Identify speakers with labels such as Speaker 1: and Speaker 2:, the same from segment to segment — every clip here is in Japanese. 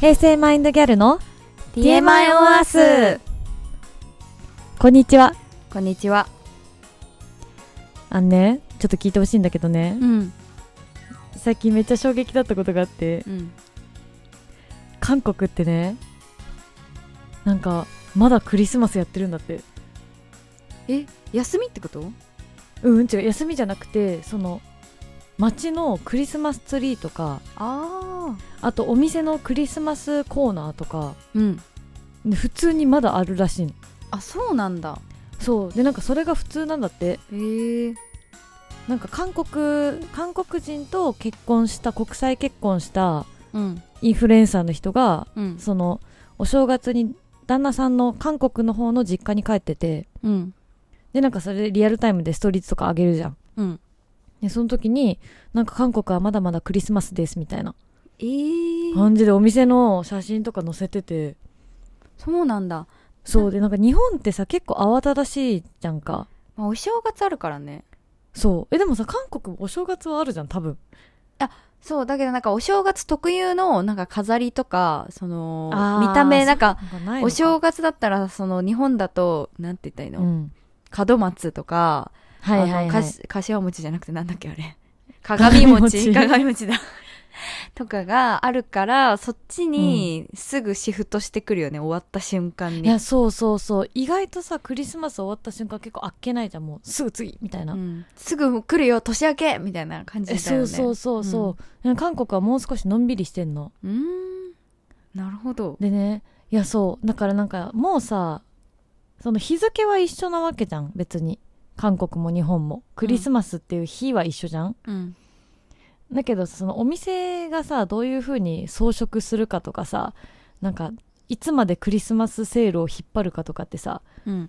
Speaker 1: 平成マインドギャルの
Speaker 2: TMI on Earth
Speaker 1: こんにちは
Speaker 2: こんにちは。
Speaker 1: あんねちょっと聞いてほしいんだけどね
Speaker 2: ん。
Speaker 1: 最近めっちゃ衝撃だったことがあって
Speaker 2: うん。
Speaker 1: 韓国ってねなんかまだクリスマスやってるんだって
Speaker 2: え、休みってこと？
Speaker 1: うんうん違う休みじゃなくてその街のクリスマスツリーとか
Speaker 2: ああ。
Speaker 1: あとお店のクリスマスコーナーとか
Speaker 2: うん。
Speaker 1: 普通にまだあるらしいの
Speaker 2: あ、そうなんだ。
Speaker 1: そうでなんかそれが普通なんだって
Speaker 2: へえ。
Speaker 1: なんか韓国韓国人と結婚した国際結婚した
Speaker 2: うん。
Speaker 1: インフルエンサーの人が
Speaker 2: うん。
Speaker 1: そのお正月に旦那さんの韓国の方の実家に帰ってて
Speaker 2: うん。
Speaker 1: でなんかそれでリアルタイムでストーリーズとか上げるじゃん
Speaker 2: うん。
Speaker 1: でその時になんか韓国はまだまだクリスマスですみたいな
Speaker 2: ええ
Speaker 1: 感じでお店の写真とか載せてて
Speaker 2: そうなんだ。
Speaker 1: そうでなんか日本ってさ結構慌ただしいじゃんか
Speaker 2: まあ、お正月あるからね。
Speaker 1: そうえでもさ韓国お正月はあるじゃん多分
Speaker 2: そうだけどなんかお正月特有のなんか飾りとかその
Speaker 1: あー
Speaker 2: 見た目なんか
Speaker 1: なんかないのか
Speaker 2: お正月だったらその日本だとなんて言ったらいいの、
Speaker 1: うん
Speaker 2: 門松とか、
Speaker 1: はいはい、は
Speaker 2: あ
Speaker 1: い、
Speaker 2: のかし柏餅じゃなくてなんだっけ あれ鏡
Speaker 1: 鏡餅
Speaker 2: 餅鏡餅だ とかがあるからそっちにすぐシフトしてくるよね、終わった瞬間
Speaker 1: い
Speaker 2: に
Speaker 1: やそうそうそう意外とさクリスマス終わった瞬間結構あっけないじゃんもうすぐ次みたいな、
Speaker 2: うんすぐ来るよ年明けみたいな感じ
Speaker 1: え
Speaker 2: だ
Speaker 1: そう
Speaker 2: よね
Speaker 1: そうそうそう、韓国はもう少しのんびりしてんの
Speaker 2: うーんなるほど
Speaker 1: でねいやそうだからなんかもうさその日付は一緒なわけじゃん別に韓国も日本もクリスマスっていう日は一緒じゃん、
Speaker 2: うん
Speaker 1: だけどそのお店がさどういう風に装飾するかとかさなんかいつまでクリスマスセールを引っ張るかとかってさ
Speaker 2: うん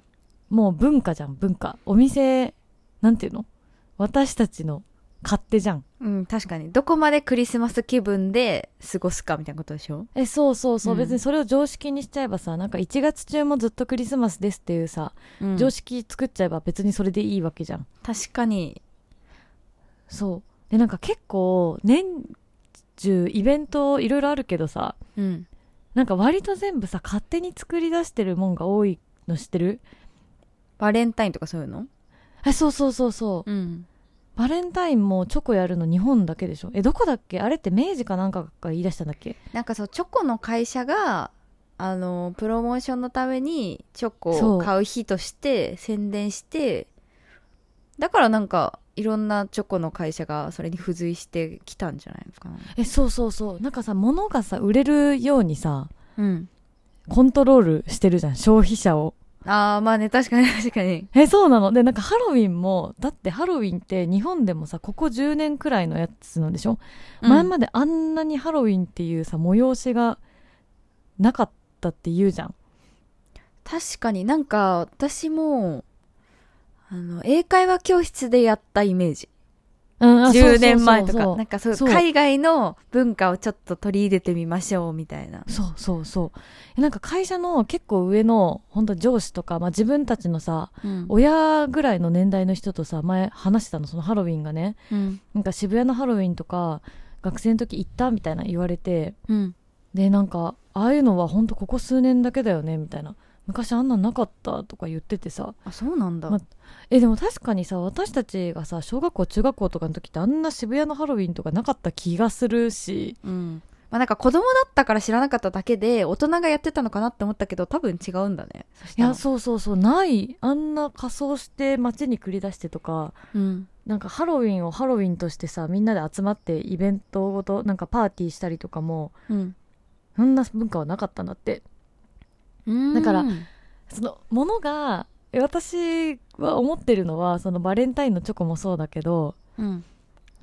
Speaker 1: もう文化じゃん文化お店なんていうの私たちの勝手じゃん
Speaker 2: うん、確かにどこまでクリスマス気分で過ごすかみたいなことでしょ
Speaker 1: えそうそうそう、
Speaker 2: うん
Speaker 1: 別にそれを常識にしちゃえばさなんか1月中もずっとクリスマスですっていうさ、
Speaker 2: うん
Speaker 1: 常識作っちゃえば別にそれでいいわけじゃん
Speaker 2: 確かに
Speaker 1: そうでなんか結構年中イベントいろいろあるけどさ
Speaker 2: うん
Speaker 1: なんか割と全部さ勝手に作り出してるもんが多いの知ってる
Speaker 2: バレンタインとかそういうの
Speaker 1: えそうそうそうそう
Speaker 2: うん
Speaker 1: バレンタインもチョコやるの日本だけでしょえどこだっけあれって明治かなんかが言い出したんだっけ
Speaker 2: なんかそうチョコの会社があのプロモーションのためにチョコ
Speaker 1: そ
Speaker 2: を
Speaker 1: う
Speaker 2: 買う日として宣伝してだからなんかいろんなチョコの会社がそれに付随してきたんじゃないですかね
Speaker 1: えそうそうそうなんかさ物がさ売れるようにさ
Speaker 2: うん
Speaker 1: コントロールしてるじゃん消費者を
Speaker 2: ああまあね確かに 確かに
Speaker 1: えそうなのでなんかハロウィンもだってハロウィンって日本でもさここ10年くらいのやつなんでしょ、前まであんなにハロウィンっていうさ催しがなかったって言うじゃん
Speaker 2: 確かになんか私もあの英会話教室でやったイメージ
Speaker 1: うんあそうそうそう
Speaker 2: 10年前とか
Speaker 1: そ
Speaker 2: なん
Speaker 1: う
Speaker 2: かそういう
Speaker 1: そう
Speaker 2: 海外の文化をちょっと取り入れてみましょうみたいな
Speaker 1: そうそうそうえなんか会社の結構上の本当上司とか、まあ、自分たちのさ
Speaker 2: うん
Speaker 1: 親ぐらいの年代の人とさ前話してたのそのハロウィンがね
Speaker 2: うん
Speaker 1: なんか渋谷のハロウィンとか学生の時行ったみたいな言われて
Speaker 2: うん
Speaker 1: でなんかああいうのはほんとここ数年だけだよねみたいな昔あんなんなかったとか言っててさ
Speaker 2: あそうなんだ
Speaker 1: まえでも確かにさ私たちがさ小学校中学校とかの時ってあんな渋谷のハロウィンとかなかった気がするし
Speaker 2: うん。まあなんか子供だったから知らなかっただけで、大人がやってたのかなって思ったけど、多分違うんだね。そし
Speaker 1: い
Speaker 2: たら
Speaker 1: やそうそうそうないあんな仮装して街に繰り出してとか
Speaker 2: うん。
Speaker 1: なんかハロウィンをハロウィンとしてさみんなで集まってイベントごとなんかパーティーしたりとかも
Speaker 2: うん。
Speaker 1: そんな文化はなかったんだって
Speaker 2: うん
Speaker 1: だからそのものがえ私は思ってるのはそのバレンタインのチョコもそうだけど
Speaker 2: うん。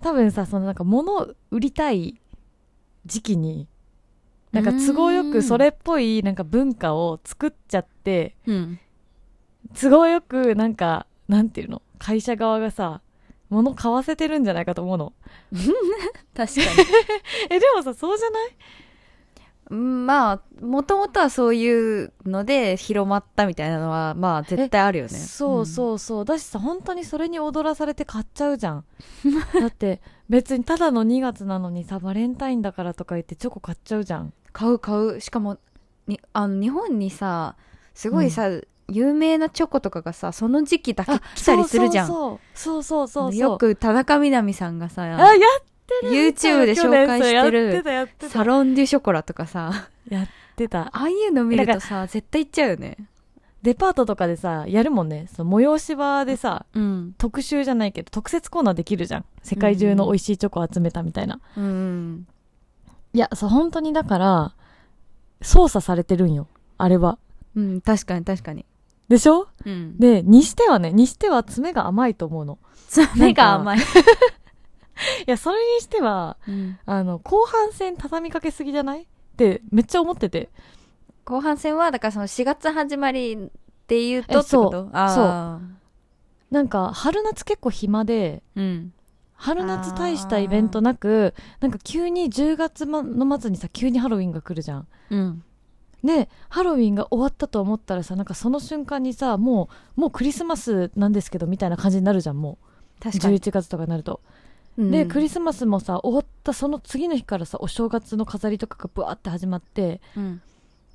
Speaker 1: 多分さそのなんか物を売りたい時期になんか都合よくそれっぽいなんか文化を作っちゃって
Speaker 2: うん。
Speaker 1: 都合よくなんかなんていうの会社側がさ物買わせてるんじゃないかと思うの
Speaker 2: 確かに。
Speaker 1: えでもさそうじゃない
Speaker 2: うん まあ、もともとはそういうので広まったみたいなのは、まあ絶対あるよね。
Speaker 1: そう
Speaker 2: うん。
Speaker 1: そうそう、だしさ本当にそれに踊らされて買っちゃうじゃん だって別にただの2月なのにさバレンタインだからとか言ってチョコ買っちゃうじゃん
Speaker 2: 買う買うしかもにあの日本にさすごいさ、有名なチョコとかがさその時期だけ来たりするじゃん
Speaker 1: そうそうそうそうそうそう
Speaker 2: よく田中みな実さんが
Speaker 1: あや
Speaker 2: さ
Speaker 1: ってる
Speaker 2: YouTube で紹介して
Speaker 1: 去年そ
Speaker 2: る
Speaker 1: うやってたやってた
Speaker 2: サロン・デュ・ショコラとかさ
Speaker 1: やってた
Speaker 2: ああいうの見るとさ絶対行っちゃうよね
Speaker 1: デパートとかでさやるもんねその催し場でさ
Speaker 2: うん
Speaker 1: 特集じゃないけど特設コーナーできるじゃん世界中の美味しいチョコを集めたみたいな、
Speaker 2: うん
Speaker 1: いやそう本当にだから操作されてるんよあれは
Speaker 2: うん確かに確かに
Speaker 1: でしょ
Speaker 2: うん
Speaker 1: でにしてはねにしては爪が甘いと思うの
Speaker 2: 爪が甘い、
Speaker 1: いやそれにしてはあの後半戦畳みかけすぎじゃないってめっちゃ思ってて
Speaker 2: 後半戦はだからその4月始まりっていう
Speaker 1: え
Speaker 2: とって
Speaker 1: そう
Speaker 2: ことあ
Speaker 1: なんか春夏結構暇で
Speaker 2: そううん
Speaker 1: 春夏大したイベントなくなんか急に10月まの末にさ急にハロウィンが来るじゃん
Speaker 2: うん
Speaker 1: でハロウィンが終わったと思ったらさなんかその瞬間にさもうもうクリスマスなんですけどみたいな感じになるじゃんもう
Speaker 2: 確かに、
Speaker 1: 11月とかになると、
Speaker 2: うん
Speaker 1: でクリスマスもさ終わったその次の日からさお正月の飾りとかがブワーって始まって
Speaker 2: うん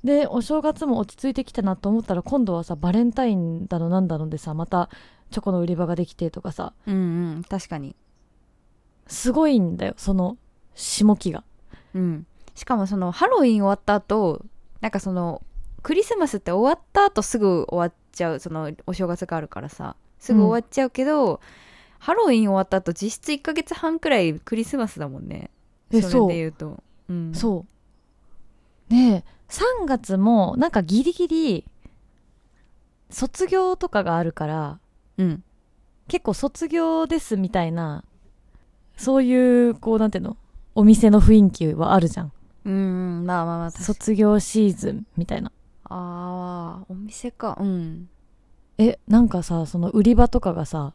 Speaker 1: でお正月も落ち着いてきたなと思ったら今度はさバレンタインだのなんだのでさまたチョコの売り場ができてとかさ
Speaker 2: うんうん確かに
Speaker 1: すごいんだよその下期が
Speaker 2: うんしかもそのハロウィン終わった後なんかそのクリスマスって終わった後すぐ終わっちゃうそのお正月があるからさすぐ終わっちゃうけど、ハロウィン終わった後実質1ヶ月半くらいクリスマスだもんね
Speaker 1: え
Speaker 2: それで言うとうん
Speaker 1: そう。で、3月もなんかギリギリ卒業とかがあるから、
Speaker 2: うん
Speaker 1: 結構卒業ですみたいな、そういう、こうなんていうの、お店の雰囲気はあるじゃん。
Speaker 2: うんうんまあまあまあ確かに
Speaker 1: 卒業シーズンみたいな。
Speaker 2: あーお店かうん
Speaker 1: え、なんかさ、その売り場とかがさ、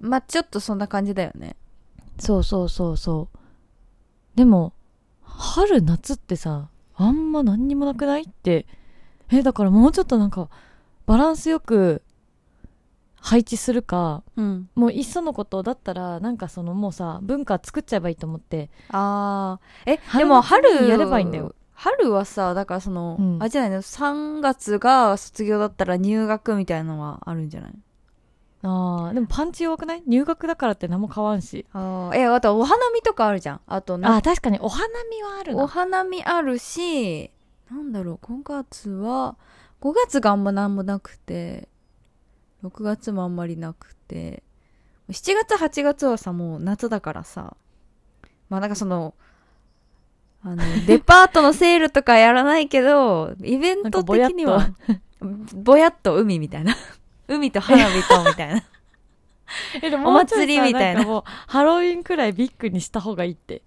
Speaker 2: まあちょっとそんな感じだよね
Speaker 1: そうそうそうそう。でも、春夏ってさ、あんま何にもなくないって。え、だからもうちょっとなんか、バランスよく配置するか、
Speaker 2: うん
Speaker 1: もういっそのことだったら、なんかそのもうさ、文化作っちゃえばいいと思って。
Speaker 2: あーえ
Speaker 1: 春
Speaker 2: でも
Speaker 1: 夏に
Speaker 2: 春
Speaker 1: やればいいんだよ
Speaker 2: 春はさだからその、
Speaker 1: うん
Speaker 2: あれじゃないの3月が卒業だったら入学みたいのはあるんじゃない
Speaker 1: ああ、でもパンチ弱くない入学だからって何も変わんし。
Speaker 2: あえあとお花見とかあるじゃんあと
Speaker 1: あ
Speaker 2: な
Speaker 1: あ、確かにお花見はある
Speaker 2: お
Speaker 1: な。
Speaker 2: 花見あるしなんだろう今月は5月があんま何もなくて6月もあんまりなくて7月8月はさもう夏だからさまあなんかそのあ のデパートのセールとかやらないけどイベント的に
Speaker 1: な
Speaker 2: は
Speaker 1: ん
Speaker 2: ぼやっと海みたいな 海と花火とみたいな
Speaker 1: えで
Speaker 2: お祭り
Speaker 1: もうちょっとさ
Speaker 2: みたいなん
Speaker 1: かもうハロウィンくらいビッグにした方がいいって。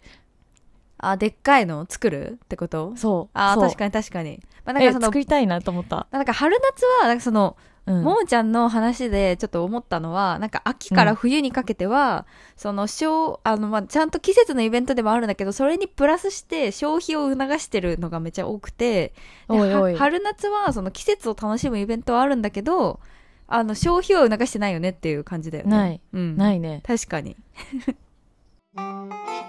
Speaker 2: あでっかいの作るってこと
Speaker 1: そう。
Speaker 2: あ
Speaker 1: そう
Speaker 2: 確かに確かに、まあ、なん
Speaker 1: え
Speaker 2: かその
Speaker 1: 作りたいなと思った。
Speaker 2: なんか春夏はなんかその
Speaker 1: うん。
Speaker 2: ももちゃんの話でちょっと思ったのは、なんか秋から冬にかけては、その小、あの、まあ、ちゃんと季節のイベントでもあるんだけど、それにプラスして消費を促してるのがめちゃ多くて、で
Speaker 1: おいおい
Speaker 2: は春夏はその季節を楽しむイベントはあるんだけど、あの、消費を促してないよねっていう感じだよね。
Speaker 1: ない。
Speaker 2: うん。い。
Speaker 1: ないね。
Speaker 2: 確かに。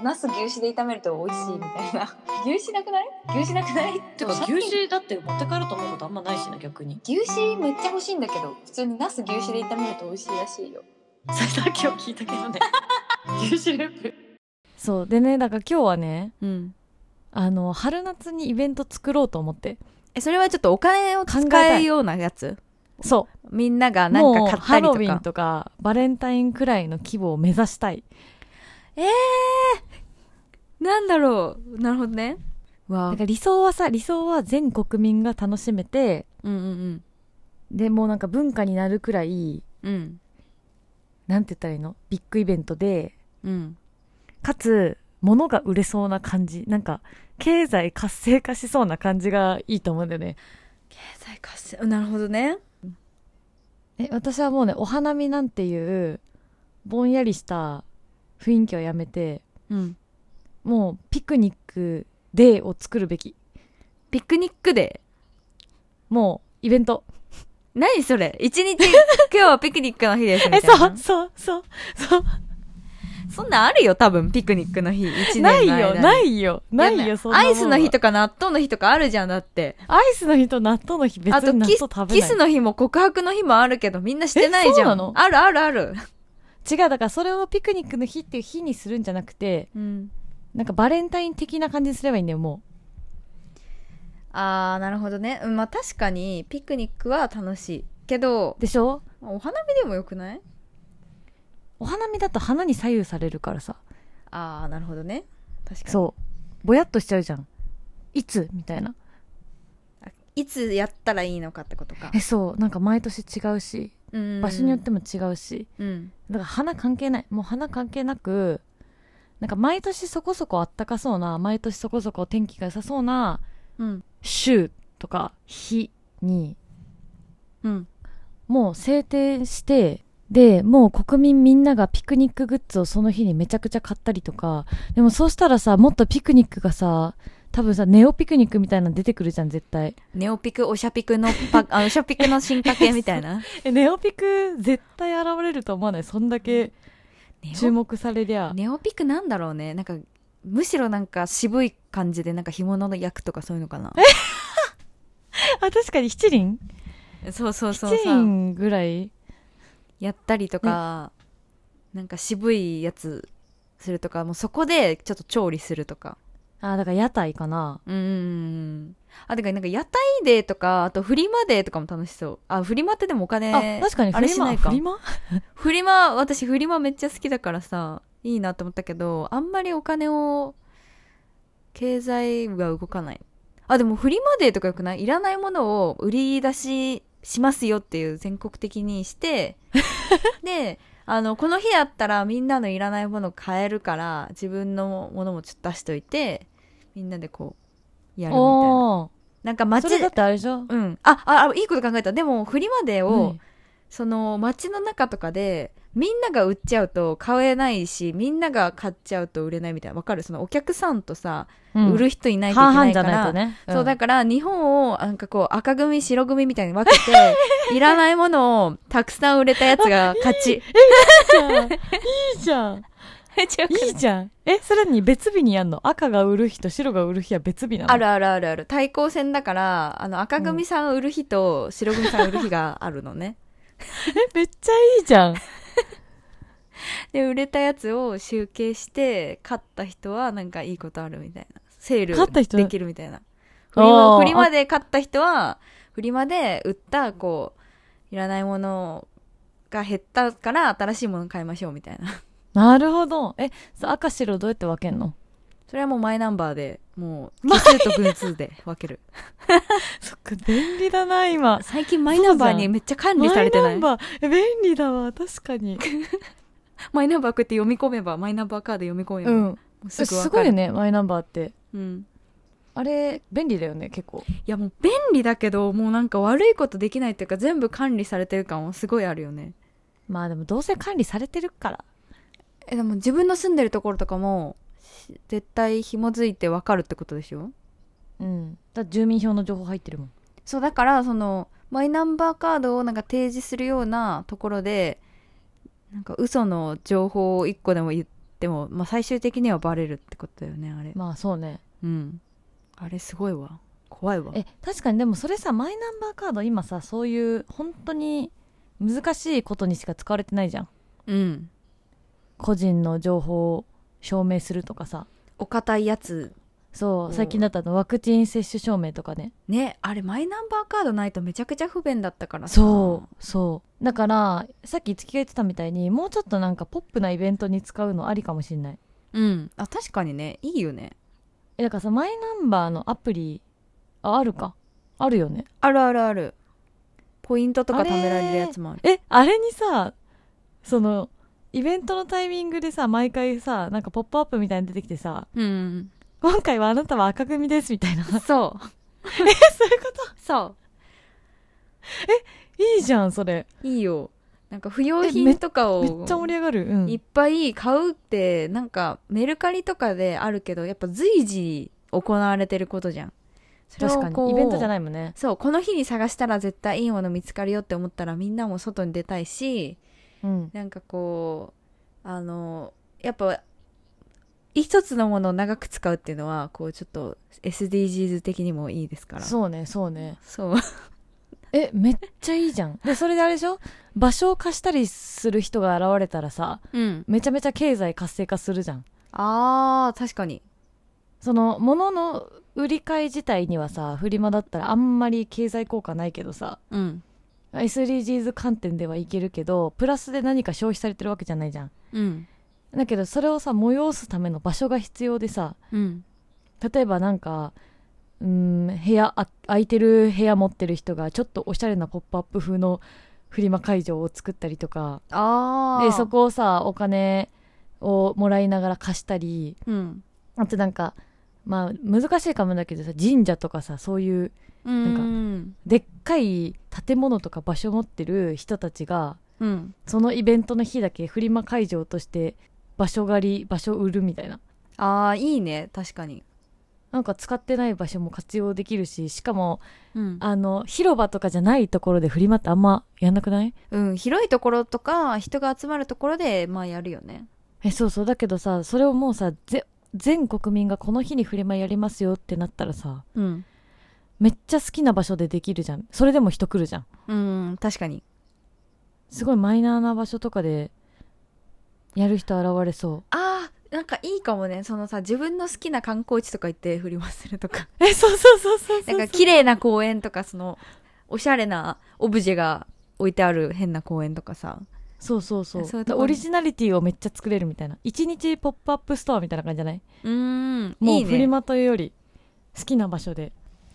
Speaker 2: ナス牛脂で炒めると美味しいみたいな。牛脂なくない牛脂なくない
Speaker 1: 脂だって持って帰ると思うことあんまないしな、逆に。
Speaker 2: 牛脂めっちゃ欲しいんだけど普通にナス牛脂で炒めると美味しいらしいよ
Speaker 1: それだけを聞いたけど ね。牛脂レップ。そう。でね、だから今日はね、
Speaker 2: うん
Speaker 1: あの、春夏にイベント作ろうと思って。
Speaker 2: えそれはちょっとお金を
Speaker 1: 考えた
Speaker 2: 使う
Speaker 1: い
Speaker 2: ようなやつ
Speaker 1: そう。
Speaker 2: みんながなんか買ったり
Speaker 1: もうハロウ
Speaker 2: と
Speaker 1: ィン
Speaker 2: か
Speaker 1: とかバレンタインくらいの規模を目指したい
Speaker 2: えー、なんだろうなるほどねわ
Speaker 1: だ
Speaker 2: あ
Speaker 1: から理想はさ理想は全国民が楽しめて
Speaker 2: うんうん
Speaker 1: でもうなんか文化になるくらい
Speaker 2: うんうん
Speaker 1: なんて言ったらいいのビッグイベントで
Speaker 2: うん
Speaker 1: かつ物が売れそうな感じなんか経済活性化しそうな感じがいいと思うんだよね
Speaker 2: 経済活性なるほどね
Speaker 1: え私はもうねお花見なんていうぼんやりした雰囲気をやめて
Speaker 2: うん
Speaker 1: もうピクニックデーを作るべき
Speaker 2: ピクニックデ
Speaker 1: もうイベント
Speaker 2: ー 何それ一日今日はピクニックの日ですみた
Speaker 1: え
Speaker 2: いな
Speaker 1: そうそうそうそう
Speaker 2: そんなんあるよ、多分、ピクニックの日。一年の
Speaker 1: ない
Speaker 2: 間
Speaker 1: よ
Speaker 2: に
Speaker 1: ないよない
Speaker 2: や
Speaker 1: よそんなも
Speaker 2: ア
Speaker 1: ん
Speaker 2: イスの日とか納豆の日とかあるじゃん、だって。
Speaker 1: アイスの日と納豆の日別
Speaker 2: あと
Speaker 1: に納豆
Speaker 2: キス
Speaker 1: 食べない、
Speaker 2: キスの日も告白の日もあるけど、みんなしてないじゃん。
Speaker 1: えそうなの
Speaker 2: あるあるある。
Speaker 1: 違うだからそれをピクニックの日っていう日にするんじゃなくて
Speaker 2: うん。
Speaker 1: なんかバレンタイン的な感じにすればいいんだよも
Speaker 2: あー、なるほどね。うんまあ確かに、ピクニックは楽しい。けど
Speaker 1: う、でしょ
Speaker 2: まあお花見でもよくない
Speaker 1: お花見だと花に左右されるからさ
Speaker 2: あー、なるほどね。確かに。
Speaker 1: そうぼやっとしちゃうじゃんいつみたいな
Speaker 2: あいつやったらいいのかってことか
Speaker 1: え。そうなんか毎年違うし
Speaker 2: うん
Speaker 1: 場所によっても違うし、
Speaker 2: うん。
Speaker 1: だから花関係ないもう花関係なくなんか毎年そこそこあったかそうな毎年そこそこ天気が良さそうな
Speaker 2: うん。
Speaker 1: 週とか日に
Speaker 2: うん。
Speaker 1: もう制定してでもう国民みんながピクニックグッズをその日にめちゃくちゃ買ったりとかでもそうしたらさもっとピクニックがさ多分さネオピクニックみたいなの出てくるじゃん絶対
Speaker 2: ネオピク、オシャピクのパ、 あオシャピクの進化系みた いな。
Speaker 1: えネオピク絶対現れると思わないそんだけ
Speaker 2: ネオ
Speaker 1: 注目されりゃ
Speaker 2: ネオピクなんだろうねなんかむしろなんか渋い感じでなんか干物の役とかそういうのかな
Speaker 1: あ確かに七輪
Speaker 2: そうそうそう
Speaker 1: 七
Speaker 2: そう
Speaker 1: 輪ぐらい
Speaker 2: やったりとか、なんか渋いやつするとかもうそこでちょっと調理するとか
Speaker 1: あだから屋台かな
Speaker 2: うんうんうんあてかなんか屋台デーとかあとフリマデーとかも楽しそうあフリマってでもお金
Speaker 1: あ確かに
Speaker 2: あ
Speaker 1: フ
Speaker 2: れ
Speaker 1: リ
Speaker 2: し
Speaker 1: マ
Speaker 2: ないか
Speaker 1: フリマ
Speaker 2: フリマ私フリマめっちゃ好きだからさいいなと思ったけどあんまりお金を経済が動かないあでもフリマデーとかよくないいらないものを売り出ししますよっていう全国的にして であのこの日やったらみんなのいらないもの買えるから自分のものもちょっと出しといてみんなでこうやるみたいな
Speaker 1: おー
Speaker 2: なんか街
Speaker 1: それだ
Speaker 2: で
Speaker 1: ってあれじゃん
Speaker 2: うんあああいいこと考えたでもフリマデーを、
Speaker 1: うん
Speaker 2: その街の中とかでみんなが売っちゃうと買えないしみんなが買っちゃうと売れないみたいなわかるそのお客さんとさ、
Speaker 1: うん
Speaker 2: 売る人いないといけ
Speaker 1: 半
Speaker 2: な
Speaker 1: 々
Speaker 2: い
Speaker 1: じ
Speaker 2: か
Speaker 1: ゃない
Speaker 2: ら
Speaker 1: とね、
Speaker 2: そうだ
Speaker 1: か
Speaker 2: から日本をなんかこう赤組白組みたいに分け ていらないものをたくさん売れたやつが勝ち
Speaker 1: らいいじゃん
Speaker 2: めっちゃよくない
Speaker 1: いいじゃんえそれに別日にやんの赤が売る日と白が売る日は別日なの
Speaker 2: あるあるあるある対抗戦だからあの赤組さん売る日と白組さん売る日があるのね
Speaker 1: えめっちゃいいじゃん
Speaker 2: で売れたやつを集計して勝った人はなんかいいことあるみたいなセール
Speaker 1: 勝った人
Speaker 2: できるみたいなフリ
Speaker 1: あ
Speaker 2: マ
Speaker 1: ー
Speaker 2: フリマで買った人はフリマで売ったこういらないものが減ったから新しいもの買いましょうみたいな
Speaker 1: なるほどえそう赤白どうやって分けんの
Speaker 2: それはもうマイナンバーでもう奇数と偶数で分け る
Speaker 1: そっか便利だな今
Speaker 2: 最近マイナンバー
Speaker 1: そうじ
Speaker 2: に
Speaker 1: ゃん
Speaker 2: めっちゃ管理されてないマイナンバー
Speaker 1: バーえ便利だわ確かに
Speaker 2: こうやって読み込めばマイナンバーカード読み込めば、
Speaker 1: う
Speaker 2: も
Speaker 1: ん
Speaker 2: う
Speaker 1: す
Speaker 2: すぐ分
Speaker 1: ご
Speaker 2: か
Speaker 1: い
Speaker 2: る
Speaker 1: よねマイナンバーって
Speaker 2: うん、
Speaker 1: あれ便利だよね結構
Speaker 2: いやもう便利だけどもうなんか悪いことできないっていうか全部管理されてる感はすごいあるよね
Speaker 1: まあでもどうせ管理されてるから
Speaker 2: えでも自分の住んでるところとかもし絶対紐づいて分かるってことでしょ
Speaker 1: うんだって住民票の情報入ってるもん
Speaker 2: そうだからそのマイナンバーカードをなんか提示するようなところでなんか嘘の情報を1個でも言っても、まあ、最終的にはバレるってことだよねあれ
Speaker 1: まあそうね
Speaker 2: うんあれすごいわ怖いわ
Speaker 1: え確かにでもそれさマイナンバーカード今さそういう本当に難しいことにしか使われてないじゃん
Speaker 2: うん
Speaker 1: 個人の情報を証明するとかさ
Speaker 2: お堅いやつ
Speaker 1: そ
Speaker 2: うん
Speaker 1: う最近だったのワクチン接種証明とかね
Speaker 2: ねあれマイナンバーカードないとめちゃくちゃ不便だったからさ
Speaker 1: そうそうだからさっき月が言ってたみたいにもうちょっとなんかポップなイベントに使うのありかもしんない
Speaker 2: うんあ確かにねいいよね
Speaker 1: えだからさマイナンバーのアプリああるかあるよね
Speaker 2: あるあるあるポイントとか貯められるやつもある
Speaker 1: えあれにさそのイベントのタイミングでさ毎回さなんかポップアップみたいに出てきてさ
Speaker 2: うん
Speaker 1: 今回はあなたは赤組ですみたい な
Speaker 2: そう
Speaker 1: え そういうこ
Speaker 2: そ
Speaker 1: といいじゃんそれ
Speaker 2: ういいよなんか不用
Speaker 1: えめ
Speaker 2: 品
Speaker 1: っ
Speaker 2: とかを
Speaker 1: めっちゃ盛り上がるうん
Speaker 2: いっぱい買うってなんかメルカリとかであるけどやっぱ随時行われてることじゃんそれを
Speaker 1: 確か
Speaker 2: こ
Speaker 1: に
Speaker 2: う
Speaker 1: イベントじゃないもんね
Speaker 2: そうこの日に探したら絶対いいもの見つかるよって思ったらみんなも外に出たいし
Speaker 1: うん
Speaker 2: なんかこうあのやっぱ一つのものを長く使うっていうのはこうちょっと SDGs 的にもいいですからう
Speaker 1: そうねそうね
Speaker 2: そう
Speaker 1: えめっちゃいいじゃんでそれであれでしょ場所を貸したりする人が現れたらさ
Speaker 2: うん
Speaker 1: めちゃめちゃ経済活性化するじゃん
Speaker 2: あー確かに
Speaker 1: その物の売り買い自体にはさフリマだったらあんまり経済効果ないけどさ
Speaker 2: うん、
Speaker 1: SDGs 観点ではいけるけどプラスで何か消費されてるわけじゃないじゃん
Speaker 2: うん
Speaker 1: だけどそれをさ催すための場所が必要でさ
Speaker 2: うん
Speaker 1: 例えばなんかうーん部屋あ空いてる部屋持ってる人がちょっとおしゃれなポップアップ風のフリマ会場を作ったりとか
Speaker 2: ああ
Speaker 1: でそ、こをさお金をもらいながら貸したり
Speaker 2: うん、
Speaker 1: あとなんかまあ難しいかもだけどさ神社とかさそういう
Speaker 2: うん
Speaker 1: かでっかい建物とか場所持ってる人たちが
Speaker 2: うん
Speaker 1: そのイベントの日だけフリマ会場として場所借り場所売るみたいな
Speaker 2: ああいいね確かに
Speaker 1: なんか使ってない場所も活用できるししかも
Speaker 2: うん
Speaker 1: あの広場とかじゃないところでフリマってあんまやんなくない
Speaker 2: うん、広いところとか人が集まるところでまあやるよね
Speaker 1: えそうそうだけどさそれをもうさぜ全国民がこの日にフリマやりますよってなったらさ
Speaker 2: うん、
Speaker 1: めっちゃ好きな場所でできるじゃんそれでも人来るじゃん
Speaker 2: うん、確かに
Speaker 1: すごいマイナーな場所とかでやる人現れそ
Speaker 2: あーなんかいいかもねそのさ自分の好きな観光地とか行って振り回するとか
Speaker 1: うえそうそうそうそう
Speaker 2: なんか綺麗な公園とかそのおしゃれなオブジェが置いてある変な公園とかさ
Speaker 1: そうそうそう
Speaker 2: そういうとこに
Speaker 1: オリジナリティをめっちゃ作れるみたいな一日ポップアップストアみたいな感じじゃない
Speaker 2: うん
Speaker 1: も
Speaker 2: いうい
Speaker 1: フリ
Speaker 2: ね
Speaker 1: マというより好きな場所で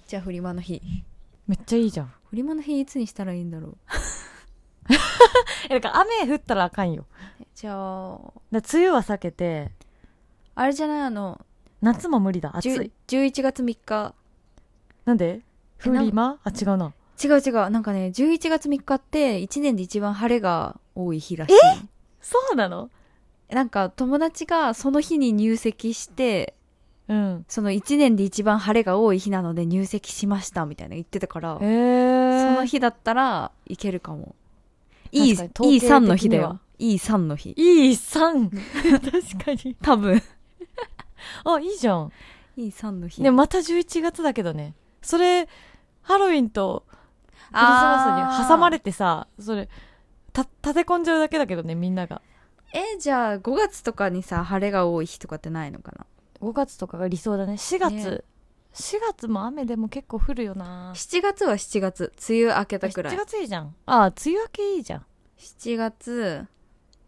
Speaker 2: じゃあフリマの日
Speaker 1: めっちゃいいじゃん
Speaker 2: フリマの日いつにしたらいいんだろう
Speaker 1: えだから雨降ったらあかんよ
Speaker 2: えじゃあ
Speaker 1: だから梅雨は避けて
Speaker 2: あれじゃないあの
Speaker 1: 夏も無理だ暑
Speaker 2: じゅ
Speaker 1: い
Speaker 2: 11月3日
Speaker 1: なんで
Speaker 2: え
Speaker 1: フ
Speaker 2: なん
Speaker 1: リマあ違うな
Speaker 2: 違う違うなんかね11月3日って1年で一番晴れが多い日らしい
Speaker 1: そうなの
Speaker 2: なんか友達がその日に入籍して
Speaker 1: うん
Speaker 2: その1年で一番晴れが多い日なので入籍しましたみたいな言ってたから、
Speaker 1: え
Speaker 2: その
Speaker 1: ー、
Speaker 2: 日だったらいけるかもいい
Speaker 1: 確かに統計的には
Speaker 2: E3 の日だよ E3 の日
Speaker 1: いいさん 確かに
Speaker 2: 多分
Speaker 1: あいいじゃん
Speaker 2: E3 の日
Speaker 1: でまた11月だけどねそれハロウィンとクリスマスに挟まれ
Speaker 2: て
Speaker 1: てさそれた立て込んじゃうだけだけどねみんなが
Speaker 2: えじゃあ5月とかにさ晴れが多い日とかってないのかな
Speaker 1: 5月とかが理想だね4月、
Speaker 2: ね
Speaker 1: 4月も雨でも結構降るよな
Speaker 2: 7月は7月梅雨明けたくらい
Speaker 1: 7月いいじゃんああ梅雨明けいいじゃん
Speaker 2: 7月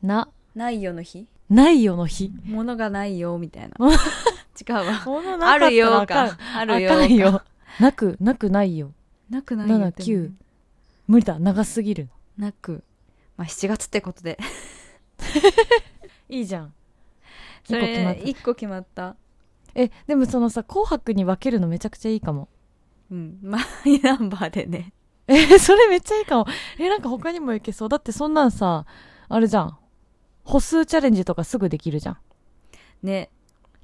Speaker 1: な
Speaker 2: ないよの日
Speaker 1: ないよの日
Speaker 2: 物がないよみたいな違うわ
Speaker 1: もの
Speaker 2: あるよか
Speaker 1: あ
Speaker 2: あ
Speaker 1: る
Speaker 2: る
Speaker 1: よ
Speaker 2: よか
Speaker 1: なくなくないよ
Speaker 2: なくないよって
Speaker 1: 79無理だ長すぎる
Speaker 2: なくまあ7月ってことで
Speaker 1: いいじゃん
Speaker 2: そ
Speaker 1: 一個決まった
Speaker 2: れ1個決まった
Speaker 1: えでもそのさ「紅白」に分けるのめちゃくちゃいいかも
Speaker 2: うんマイナンバーでね
Speaker 1: えそれめっちゃいいかもえなんか他にもいけそうだってそんなんさあれじゃん歩数チャレンジとかすぐできるじゃん
Speaker 2: ね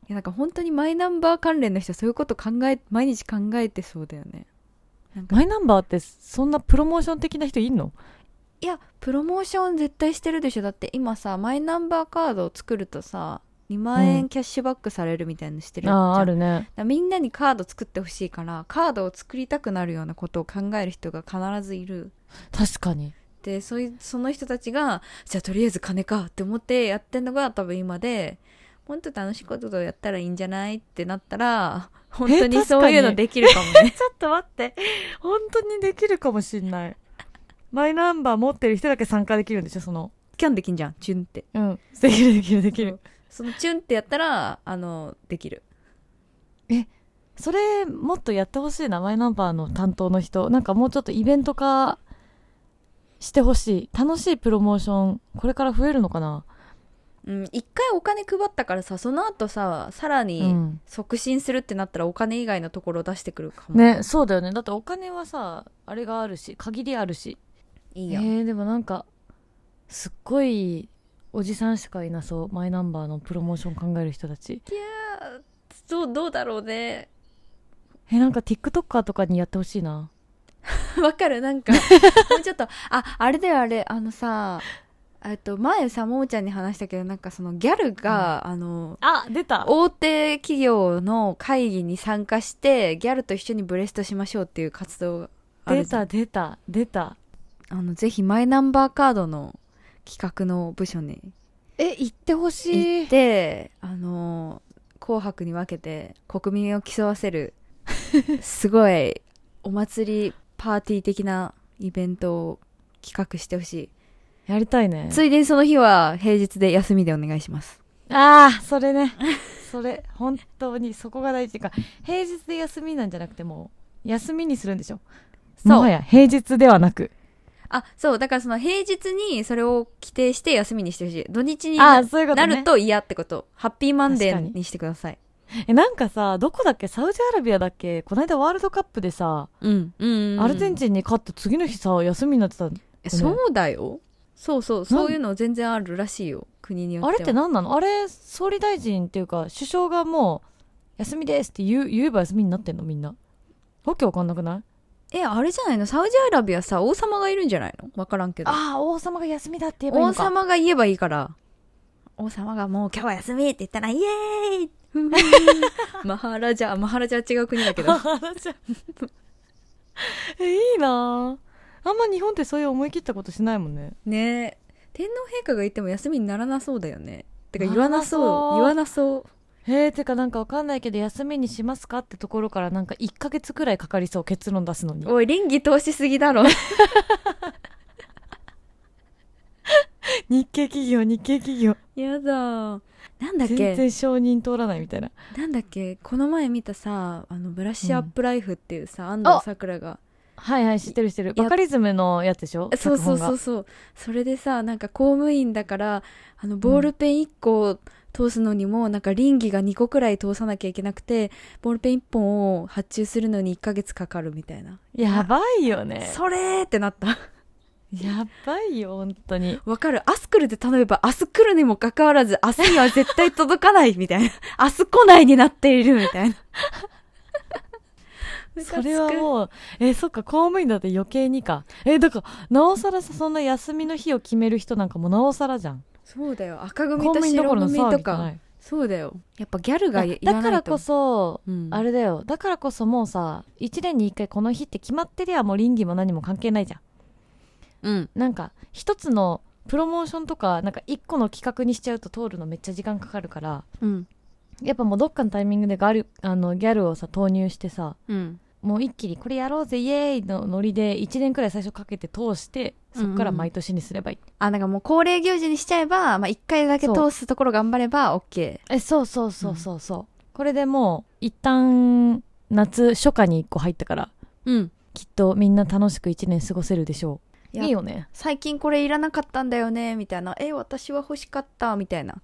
Speaker 2: いやなんか本当にマイナンバー関連の人はそういうこと考え毎日考えてそうだよね
Speaker 1: マイナンバーってそんなプロモーション的な人いんの
Speaker 2: いやプロモーション絶対してるでしょだって今さマイナンバーカードを作るとさ2万
Speaker 1: う
Speaker 2: 円
Speaker 1: ん
Speaker 2: キャッシュバックされるみたいなのしてるじゃん、
Speaker 1: あああるね
Speaker 2: だからみんなにカード作ってほしいからカードを作りたくなるようなことを考える人が必ずいる
Speaker 1: 確かに
Speaker 2: でそういうその人たちがじゃあとりあえず金かって思ってやってんのが多分今でもっと楽しいことをやったらいいんじゃないってなったら本当
Speaker 1: え
Speaker 2: に
Speaker 1: 確かに
Speaker 2: そういうのできるかもね
Speaker 1: ちょっと待って本当にできるかもしんないマイナンバー持ってる人だけ参加できるんでしょその
Speaker 2: キャンできんじゃんチュンって
Speaker 1: うんできるできるできる
Speaker 2: そのチュンってやったらあのできる
Speaker 1: それもっとやってほしいなマイナンバーの担当の人なんかもうちょっとイベント化してほしい楽しいプロモーションこれから増えるのかな、
Speaker 2: うん一回お金配ったからさその後ささら
Speaker 1: う
Speaker 2: に
Speaker 1: ん
Speaker 2: 促進するってなったらお金以外のところを出してくるかも、
Speaker 1: ねそうだよねだってお金はさあれがあるし限りあるし
Speaker 2: い
Speaker 1: え
Speaker 2: いや、
Speaker 1: ー、でもなんかすっごいおじさんしかいなそうマイナンバーのプロモーション考える人たち
Speaker 2: どうどうだろうね
Speaker 1: えなんか TikToker とかにやってほしいな
Speaker 2: わかるなんかもうちょっとああれだよあれあのさえっと前さももちゃんに話したけどなんかそのギャルが、あの
Speaker 1: あ出た
Speaker 2: 大手企業の会議に参加してギャルと一緒にブレストしましょうっていう活動がある
Speaker 1: 出
Speaker 2: じゃん
Speaker 1: た出た出た
Speaker 2: あのぜひマイナンバーカードの企画の部署に
Speaker 1: え行ってほし
Speaker 2: 行って、あの紅白に分けて国民を競わ せるすごいお祭りパーティー的なイベントを企画してほしい、
Speaker 1: やりたいね
Speaker 2: ついでにその日は平日で休みでお願いします
Speaker 1: ああそれ ねそれ本当にそこが大事か平日で休みなんじゃなくてもう休みにするんでしょ
Speaker 2: そう
Speaker 1: もはや平日ではなく
Speaker 2: あそうだからその平日にそれを規定して休みにしてほしい土日に
Speaker 1: あ
Speaker 2: な
Speaker 1: あそういうこと、ね、
Speaker 2: なると嫌ってことハッピーマンデ
Speaker 1: 確かに
Speaker 2: ーにしてください
Speaker 1: えなんかさどこだっけサウジアラビアだっけこの間ワールドカップでさ、
Speaker 2: うんうん
Speaker 1: アルゼンチンに勝って次の日さ休みになってた
Speaker 2: えそうだよそうそうそういうの全然あるらしいよ国によっ
Speaker 1: あ
Speaker 2: ては
Speaker 1: れって何なのあれ総理大臣っていうか首相がもう休みですって言う言えば休みになってんのみんなわけわかんなくない
Speaker 2: えあれじゃないのサウジアラビアさ王様がいるんじゃないの分からんけど
Speaker 1: ああ王様が休みだって言えばいい
Speaker 2: 王
Speaker 1: のか
Speaker 2: 様が言えばいいから王様がもう今日は休みって言ったらイエーイ マハラジャマハラジャは違う国だけ ど
Speaker 1: えいいなああんま日本ってそういう思い切ったことしないもんね
Speaker 2: ねえ天皇陛下がいても休みにならなそうだよねてか言
Speaker 1: な
Speaker 2: わ
Speaker 1: ら
Speaker 2: な
Speaker 1: な
Speaker 2: そ
Speaker 1: そうう
Speaker 2: 言わなそう
Speaker 1: へえてかなんかわかんないけど休みにしますかってところからなんか1ヶ月くらいかかりそう結論出すのに
Speaker 2: おい倫理通しすぎだろ
Speaker 1: 日系企業日系企業
Speaker 2: やだなんだっ
Speaker 1: 全
Speaker 2: け
Speaker 1: 然承認通らないみたいな
Speaker 2: なんだっけこの前見たさあのブラッシュアップライフっていうさ、安
Speaker 1: あ
Speaker 2: 藤サクラが
Speaker 1: はいはい知ってる知ってる
Speaker 2: や
Speaker 1: バカリズムのやつでしょ
Speaker 2: そうそ
Speaker 1: 脚本
Speaker 2: うそ
Speaker 1: が
Speaker 2: うそうそれでさなんか公務員だからあのボールペン1個通すのにも、なんか倫理が2個くらい通さなきゃいけなくてボールペン1本を発注するのに1ヶ月かかるみたいな、
Speaker 1: やばいよね
Speaker 2: それーってなった
Speaker 1: やばいよ本当に
Speaker 2: わかるアスクルで頼めばアスクルにもかかわらず明日には絶対届かないみたいな明日来ないになっているみ たいな
Speaker 1: それはもうえそっか公務員だって余計にかえだからなおさらさそんな休みの日を決める人なんかもうなおさらじゃん
Speaker 2: そうだよ赤
Speaker 1: 公
Speaker 2: 組と
Speaker 1: 務員ど
Speaker 2: 白
Speaker 1: ころの
Speaker 2: 組
Speaker 1: 騒
Speaker 2: と
Speaker 1: ぎじゃな
Speaker 2: か
Speaker 1: い
Speaker 2: そうだよやっぱギャルが言
Speaker 1: いや
Speaker 2: わ
Speaker 1: だ
Speaker 2: な
Speaker 1: か
Speaker 2: いと
Speaker 1: らこそ
Speaker 2: うん
Speaker 1: あれだよだからこそもうさ1年に1回この日って決まってりゃもう倫理も何も関係ないじゃん
Speaker 2: うん
Speaker 1: なんか一つのプロモーションとかなんか一個の企画にしちゃうと通るのめっちゃ時間かかるから
Speaker 2: うん
Speaker 1: やっぱもうどっかのタイミングでガルあのギャルをさ投入してさ
Speaker 2: うん
Speaker 1: もう一気にこれやろうぜイエーイのノリで1年くらい最初かけて通してそっから毎年にすればいい、
Speaker 2: あ、なんかもう恒例行事にしちゃえば、まあ、一回だけ
Speaker 1: そ
Speaker 2: 通
Speaker 1: う
Speaker 2: すところ頑張れば OK。
Speaker 1: えそうそうそうそうそう、これでもう一旦夏初夏に1個入ったから
Speaker 2: うん。
Speaker 1: きっとみんな楽しく1年過ごせるでしょう
Speaker 2: いや
Speaker 1: いいよね
Speaker 2: 最近これいらなかったんだよね、みたいな。え、私は欲しかった、みたいな。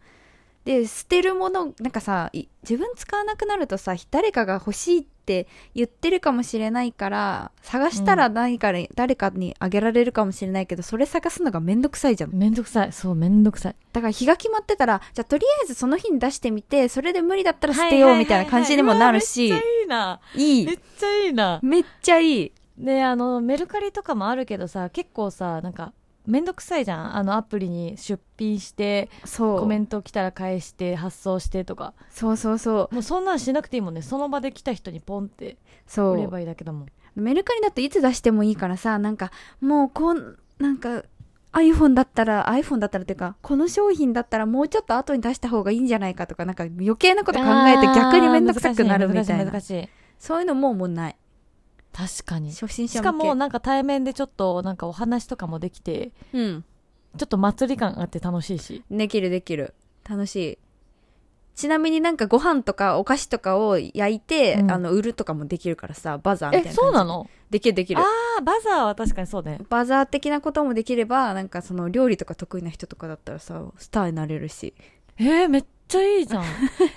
Speaker 2: で、捨てるもの、なんかさ、い自分使わなくなるとさ、誰かが欲しいって言ってるかもしれないから、探したら何かに、誰かにあげられるかもしれないけど、それ探すのがめんどくさいじゃん。
Speaker 1: めんどくさいそうめんどくさい
Speaker 2: だから日が決まってたら、じゃあとりあえずその日に出してみて、それで無理だったら捨てよう、みたいな感じにもなるし、
Speaker 1: めっちゃいいないめっ
Speaker 2: い。
Speaker 1: ちゃいいな
Speaker 2: めっちゃいい。
Speaker 1: であのメルカリとかもあるけどさ結構さなんかめんどくさいじゃんあのアプリに出品して
Speaker 2: そう
Speaker 1: コメント来たら返して発送してとか
Speaker 2: そうそうそう
Speaker 1: もうそんなんしなくていいもんねその場で来た人にポンって
Speaker 2: そ
Speaker 1: 売れ
Speaker 2: う
Speaker 1: ばいいだけだもん
Speaker 2: メルカリだといつ出してもいいからさなんかもうこんなんか iPhone だったら iPhone だったらっていうかこの商品だったらもうちょっと後に出した方がいいんじゃないかとかなんか余計なこと考えて逆に面倒くさくなるみた
Speaker 1: あ
Speaker 2: い
Speaker 1: ー
Speaker 2: な
Speaker 1: 難しい難しい
Speaker 2: そういうのももうない
Speaker 1: 難しい確かにし
Speaker 2: 初心者向け
Speaker 1: かもなんか対面でちょっとなんかお話とかもできて
Speaker 2: うん
Speaker 1: ちょっと祭り感あって楽しいし
Speaker 2: できるできる楽しいちなみになんかご飯とかお菓子とかを焼いて、
Speaker 1: うん
Speaker 2: あの売るとかもできるからさバザーみたいな
Speaker 1: え
Speaker 2: 感じ
Speaker 1: そうなの
Speaker 2: できるできる
Speaker 1: ああバザーは確かにそうね
Speaker 2: バザー的なこともできればなんかその料理とか得意な人とかだったらさスターになれるし
Speaker 1: えー、めっちゃいいじ ゃん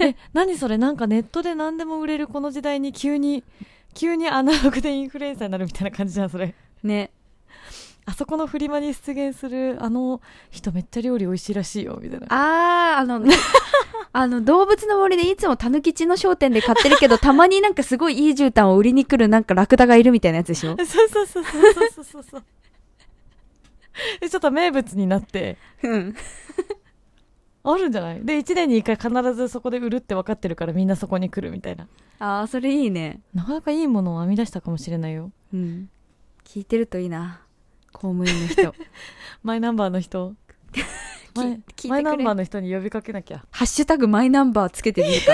Speaker 1: え何それなんかネットで何でも売れるこの時代に急に急にアナログでインフルエンサーになるみたいな感じじゃんそれ
Speaker 2: ね
Speaker 1: あそこのフリマに出現するあの人めっちゃ料理美味しいらしいよみたいな
Speaker 2: あーあの あの動物の森でいつもたぬきちの商店で買ってる けどたまになんかすごいいい絨毯を売りに来るなんかラクダがいるみたいなやつでし ょ
Speaker 1: そうそうそうそうそうそうそうでちょっと名物になって
Speaker 2: うん。
Speaker 1: あるんじゃないで1年に1回必ずそこで売るって分かってるからみんなそこに来るみたいな
Speaker 2: ああ、それいいね。
Speaker 1: なかなかいいものを編み出したかもしれないよ
Speaker 2: うん。聞いてるといいな。公務員の人。
Speaker 1: マイナンバーの 人マイ
Speaker 2: 聞いてくれ
Speaker 1: マイナンバーの人に呼びかけなきゃ
Speaker 2: ハッシュタグマイナンバーつけてみるか。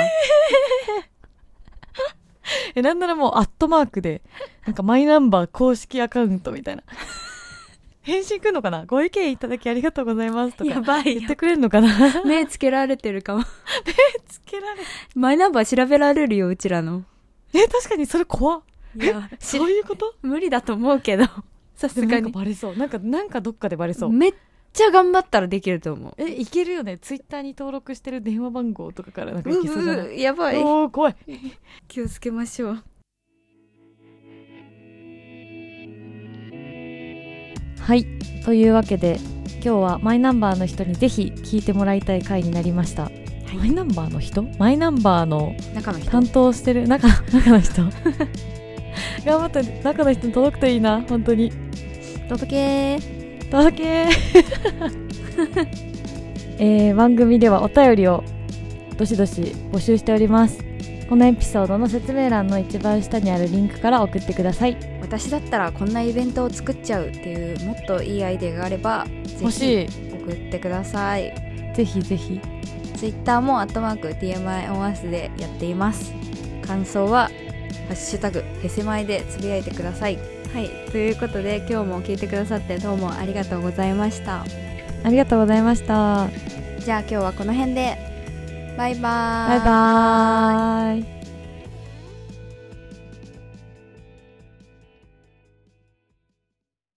Speaker 1: えなんならもうアットマークでなんかマイナンバー公式アカウントみたいな 返信来んのかなご意見いただきありがとうございますと か
Speaker 2: ば
Speaker 1: 言ってくれるのかな
Speaker 2: 目つけられてるかも。
Speaker 1: つけられ
Speaker 2: マイナンバー調べられるよ、うちらの。
Speaker 1: え確かにそれ怖っ
Speaker 2: い や、知ら
Speaker 1: そういうこと
Speaker 2: 無理だと思うけど。 さ
Speaker 1: ですもな
Speaker 2: が
Speaker 1: んか
Speaker 2: に。
Speaker 1: バレそうなんかなんかどっかでバレそう
Speaker 2: めっちゃ頑張ったらできると思う。
Speaker 1: えいけるよねツイッターに登録してる電話番号とかからなんか
Speaker 2: う
Speaker 1: いけそうじゃな
Speaker 2: うう、やば
Speaker 1: い
Speaker 2: い。
Speaker 1: おー怖い
Speaker 2: 気をつけましょう。
Speaker 1: はいというわけで今日はマイナンバーの人にぜひ聞いてもらいたい回になりました、マイナンバーの人マイナンバーの
Speaker 2: 中の人。
Speaker 1: 担当してる中中の人頑張って中の人に届くといいな本当に
Speaker 2: 届けー。
Speaker 1: 届けー えー番組ではお便りをどしどし募集しておりますこのエピソードの説明欄の一番下にあるリンクから送ってください
Speaker 2: 私だったらこんなイベントを作っちゃうっていうもっといいアイデアがあればぜ
Speaker 1: 欲
Speaker 2: ひ
Speaker 1: しい
Speaker 2: 送ってください
Speaker 1: ぜひぜひ
Speaker 2: Twitter も「アットマーク #TMI オンアース」でやっています感想は「ハッシュタグへせまい」でつぶやいてくださいはいということで今日も聞いてくださってどうもありがとうございました
Speaker 1: ありがとうございました
Speaker 2: じゃあ今日はこの辺でバイバー
Speaker 1: バイバーイ